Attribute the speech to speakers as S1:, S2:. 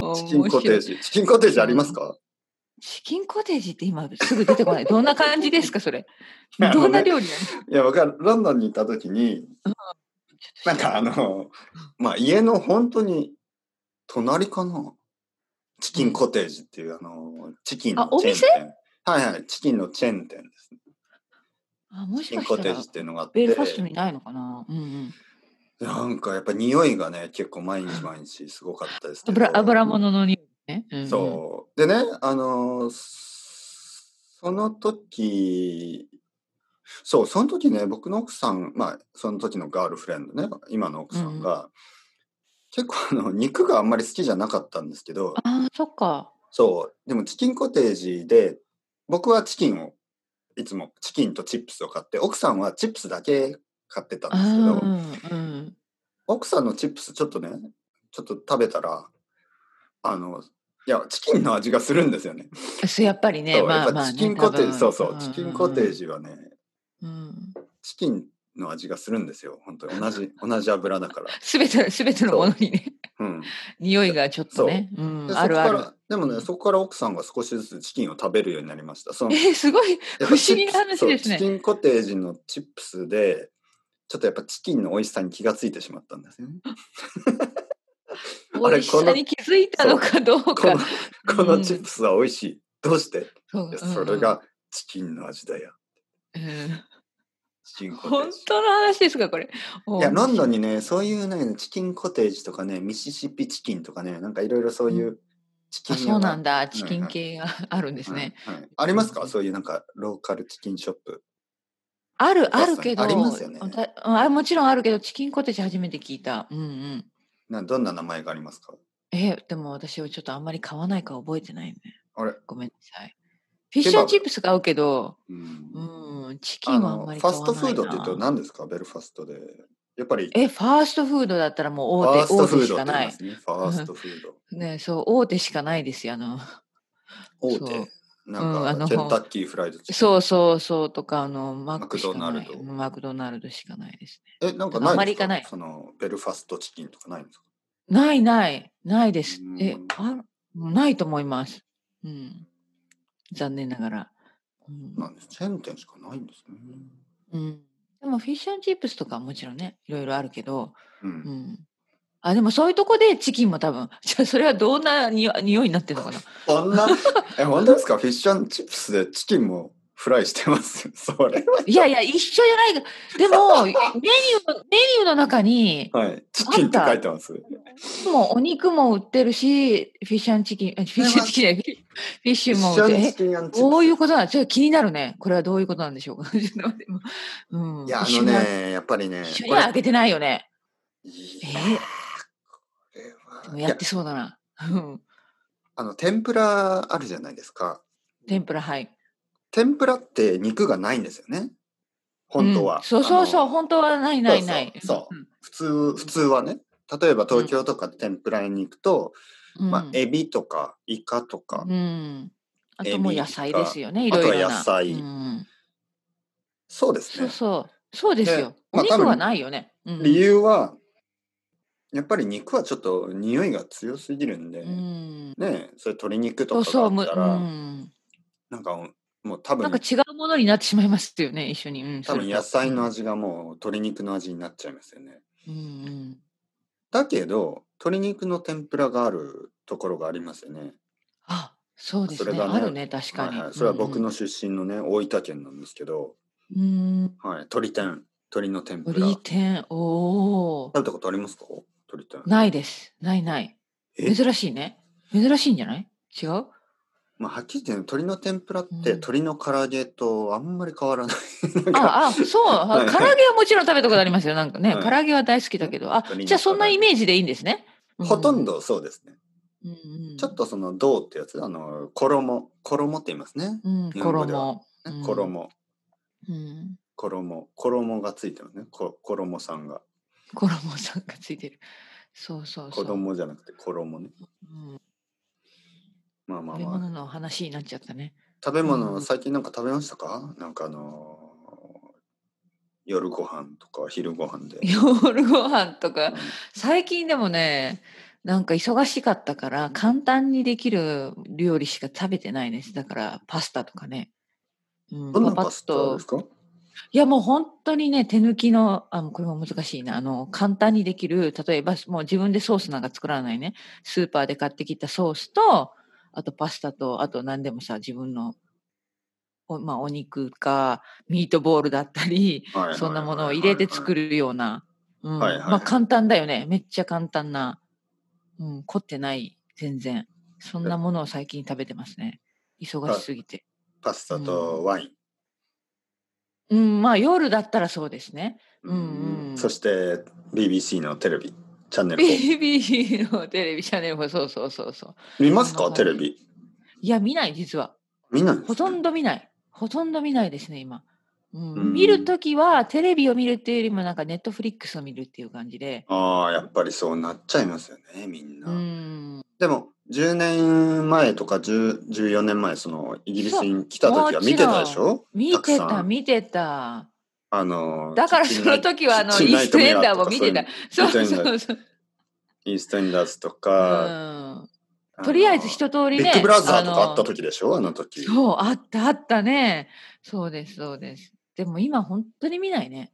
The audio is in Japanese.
S1: 面
S2: チ
S1: 白い
S2: キンコテージ。チキンコテージありますか
S1: チキンコテージって今すぐ出てこない。どんな感じですか、 それ。
S2: いや
S1: どんな料理なのちょ
S2: いや、僕はロンドンに行った時に、
S1: っと
S2: なんかあの、まあ家の本当に隣かなチキンコテージっていうあの、チキンの
S1: あお
S2: チェーン
S1: 店
S2: 店。はいはい、チキンのチェーン店ですね。
S1: あも
S2: チ
S1: し
S2: キン
S1: か
S2: コ
S1: し
S2: テ
S1: た
S2: ー
S1: ら
S2: ジっていうのがあっ
S1: ベ
S2: て
S1: ルファストにないのかな。うんうん。
S2: なんかやっぱ匂いがね、結構毎日毎日すごかったですけど
S1: 油油物の匂いね。うんうん
S2: そう。でね、あのーその時、そう、その時ね、僕の奥さん、まあ、その時のガールフレンドね、今の奥さんが、結構あの、肉があんまり好きじゃなかったんですけど、
S1: ああ、そっか。
S2: そう、でもチキンコテージで、僕はチキンを、いつもチキンとチップスを買って、奥さんはチップスだけ買ってたん
S1: あ
S2: ですけど、
S1: ーうんうん。
S2: 奥さんのチップスちょっとねちょっと食べたらあのいやチキンの味がするんですよね。
S1: そうやっぱりね、
S2: そう
S1: ま
S2: や
S1: あ
S2: っぱ
S1: まあ、ね、
S2: チキンコテージ、
S1: 多分
S2: そうそうチキンコテー。ジはね
S1: うんうんうん
S2: チキンの味がするんですよ本当に 同じ同じ油だから。
S1: すべて、すべてのものにね、
S2: うん、
S1: 匂いがちょっとね、う
S2: で
S1: ん、
S2: そこ
S1: ある
S2: か
S1: あ
S2: ら
S1: る。
S2: でもねそこから奥さんが少しずつチキンを食べるようになりました。その
S1: えー、すごい
S2: やっ
S1: 不
S2: ぱ
S1: 思議な話
S2: そう
S1: ですね
S2: チ。キンコテージのチップスでちょっとやっぱチキンの美味しさに気がついてしまったんですよね。あ
S1: 美
S2: れ
S1: 味しさに気づいたのかどう
S2: こ
S1: か。
S2: のこのチップスは美味しい。どうして
S1: そう
S2: いや
S1: うん
S2: それがチキンの味だよ。
S1: うん
S2: チキンコテー
S1: 本
S2: ジ。
S1: 当の話ですか、これ。
S2: いや、ロンドン
S1: に。
S2: にね、そういうね、チキンコテージとかね、ミシシッピチキンとかね、なんかいろいろそういううチキン
S1: あ、そうなん
S2: で
S1: だ。チキン系があるんですね。。
S2: はいはいありますかそういうなんかローカルチキンショップ。
S1: あ
S2: お
S1: る、
S2: 母
S1: あ
S2: さん
S1: るけど。
S2: ありますよね
S1: わたうんあもちろんあるけど、チキンコテージ初めて聞いた。うんうん。
S2: などんな名前がありますか
S1: えー、でも私はちょっとあんまり買わないか覚えてないね。
S2: あれ、
S1: ごめんなさい。フィッシュチップス買うけど、
S2: うん
S1: うん、チキ
S2: あ
S1: ンはあん
S2: のフ
S1: まり買
S2: ァ
S1: わな
S2: ス
S1: いな。
S2: トフードって言うと何ですかベルファストで。やっぱり、
S1: え、ファーストフードだったらも
S2: フ
S1: う
S2: ァ
S1: 大
S2: ース
S1: 手、
S2: ト
S1: 大
S2: フ
S1: 手
S2: ー
S1: し
S2: ド
S1: か
S2: って言
S1: ない
S2: ま
S1: い。
S2: すね。ファーストフード。
S1: ね、そう、大手しかないですよ。あの、
S2: 大
S1: そ
S2: 手
S1: う。うん
S2: な
S1: あ
S2: んか、
S1: の
S2: ケンタッキーフライドチキン。
S1: そうそうそうとか、あの、マッ
S2: マク
S1: クし
S2: ド
S1: か
S2: ナ
S1: な
S2: ル
S1: い
S2: ド。
S1: マクドナルドしかないですね。
S2: え、なんか
S1: なんかあ
S2: ないん
S1: ま
S2: で
S1: り行
S2: すか
S1: かない
S2: その、ベルファストチキンとかないんですか
S1: ないない、ないです
S2: う。ん
S1: え、あないと思います。うん。残念ながら。うん
S2: なんです。チェーン店しかないんですね。
S1: うん、でもフィッシュチップスとかはもちろんね、いろいろあるけど、
S2: う。
S1: うんん。あ、でもそういうとこでチキンも多分、 じゃあそれはどんなに匂いになってるのかな。
S2: そんな、え、本当ですかフィッシュチップスでチキンもフライしてます。 それ
S1: いやいや、一緒じゃないが、でも、メニューの、メニューの中に、
S2: は。はい。チキンって書いてます。
S1: もうお肉も売ってるし、フィッシュチキン、あフィッシュチキンじゃない、フィッシュも売ってる。え
S2: キンチ
S1: どういう
S2: と
S1: ことなんちょっと気になるね。これはどういうことなんでしょう か。ちょっと待ってうん、
S2: いや、あ
S1: 一緒
S2: の
S1: には
S2: ね、やっぱりね、
S1: 一緒に
S2: こ
S1: は
S2: れ
S1: 開けてないよね。
S2: い
S1: え
S2: や
S1: ー
S2: これは
S1: でも
S2: い
S1: や
S2: や
S1: ってそうだな。うん
S2: あの、天ぷらあるじゃないですか。
S1: 天ぷら、はい。
S2: 天ぷらって肉がないんですよね。本当
S1: う
S2: は。
S1: んそうそうそ
S2: あ
S1: う、
S2: の
S1: 本当はないないない。
S2: そうそうそう
S1: うん
S2: 普通、普通はね。例えば東京とかで天ぷらに行くと、
S1: うん
S2: まあ、エビとかイカとか、
S1: うん。あともう
S2: エビ
S1: 野菜ですよね、い
S2: とか
S1: ろいろな。
S2: あとは野菜
S1: うん
S2: そうです
S1: そ
S2: ね
S1: うそう。そうですよ
S2: で。まあ
S1: お肉
S2: 多分
S1: はないよね。うん
S2: 理由はやっぱり肉はちょっと匂いが強すぎるんで、
S1: うん。
S2: ねえそれ鶏肉
S1: そ
S2: と
S1: う
S2: かだ
S1: そう、
S2: っ
S1: む
S2: た
S1: う
S2: ら、
S1: ん。
S2: なんかもう多
S1: な
S2: 分
S1: んか違うものになってしまいますよね、一緒に。うん、
S2: 多分
S1: それと
S2: 野菜の。味がもう鶏肉の味になっちゃいますよね。
S1: うんうん。
S2: だけど鶏肉の天ぷらがあるところがありますよね。
S1: あ、そうです
S2: それ
S1: ね。
S2: がね
S1: あるね、確かに
S2: はいは。い、それは僕の出身のね大分県なんですけど、
S1: うんうん。うん。
S2: はい、鶏天鶏の天ぷら
S1: 鳥
S2: 食
S1: 天、おお。
S2: べたことありますか鶏天。
S1: ないです。ないない。
S2: え
S1: 珍しいね。珍しいんじゃない違う
S2: まあ、はっきり言って鶏の天ぷらって
S1: うん
S2: 鶏の唐揚げとあんまり変わらない。なんか
S1: ああ、そう。
S2: は
S1: あ
S2: い
S1: 唐揚げはもちろん食べたことありますよ。なんかね、
S2: はい
S1: 唐揚げは大好きだけど。あ
S2: 鶏、の
S1: じゃあそんな
S2: 唐揚げ
S1: イメージでいいんですね。う
S2: ほとん、どそうですね。
S1: うんうん
S2: ちょっ、とその銅ってやつ、あの衣、衣って言いますね。
S1: うん、
S2: 日本語では
S1: 衣。う
S2: ね
S1: ん
S2: 衣、
S1: うん。
S2: 衣、衣がついてますね。こ衣さんが。
S1: 衣さんがついてる。そうそうそ
S2: 子
S1: う。
S2: 供じゃなくて衣ね。
S1: うん
S2: まあま
S1: 食
S2: あ
S1: べ
S2: ま
S1: 物
S2: あ。
S1: の話になっちゃったね。
S2: 食べ
S1: う
S2: 物、
S1: ん
S2: 最近なんか食べましたかなんかあのー夜ご飯とか昼ご飯で。
S1: 夜ご飯と
S2: う
S1: か
S2: ん、
S1: 最近でもね、なんか忙しかったから簡単にできる料理しか食べてないですだからパスタとかね、うん、
S2: どんな
S1: パパ
S2: パ
S1: ッ
S2: スタ
S1: と
S2: ですか
S1: いやもう本当にね手抜きのあこれも難しいなあの簡単にできる例えばもう自分でソースなんか作らないねスーパーで買ってきたソースとあとパスタとあと何でもさ自分のお,、まあ、お肉かミートボールだったり
S2: はい
S1: そんなものを入れて作
S2: る。
S1: るような、うん
S2: はいはい
S1: まあ簡単だよねめっちゃ簡単な、うん、凝ってない全然そんなものを最近食べてますね忙しすぎて。
S2: パスタとワイン。
S1: うん、まあ夜だったらそうですね。うんうん
S2: そして BBC のテレビ、チ ャンネル4
S1: BB のテレビチャンネルもそうそうそうそう。
S2: 見ます
S1: そ
S2: か
S1: んな
S2: テ
S1: 感じ
S2: レビ。
S1: いや、見ない、実は。
S2: 見ないんですね
S1: ほとんど見ない。ほとんど見ないですね、今。うん
S2: うん
S1: 見るときは、テレビを見るっていうよりも、なんか、ネットフリックスを見るっていう感じで。
S2: ああ、やっぱりそうなっちゃいますよね、みんな。
S1: うん。
S2: でも、10年前とか10 14年前、その、イギリスに来た時
S1: そ
S2: は
S1: う
S2: 見てたでしょ
S1: 見て
S2: たく
S1: た、
S2: さん
S1: 見てた。
S2: あの、
S1: だから、
S2: キッチ
S1: そ
S2: ンナ
S1: の
S2: イト
S1: 時は、あの、
S2: キッチ
S1: イ
S2: ンナ
S1: ー
S2: イ
S1: スト
S2: ト
S1: エ
S2: メ
S1: ン
S2: ア
S1: ダー
S2: と
S1: も
S2: か
S1: 見てた。
S2: そ
S1: そう
S2: い
S1: う
S2: うイースト
S1: そ
S2: エンダー
S1: うそう。
S2: イーストエンダーズと
S1: う
S2: か、
S1: ん。
S2: の
S1: とりあえず、一通りね。
S2: ビッグブラザーとかあっ
S1: の
S2: た時でしょあの時。
S1: そう、あったあったね。そうです、そうです。でも今、本当に見ないね。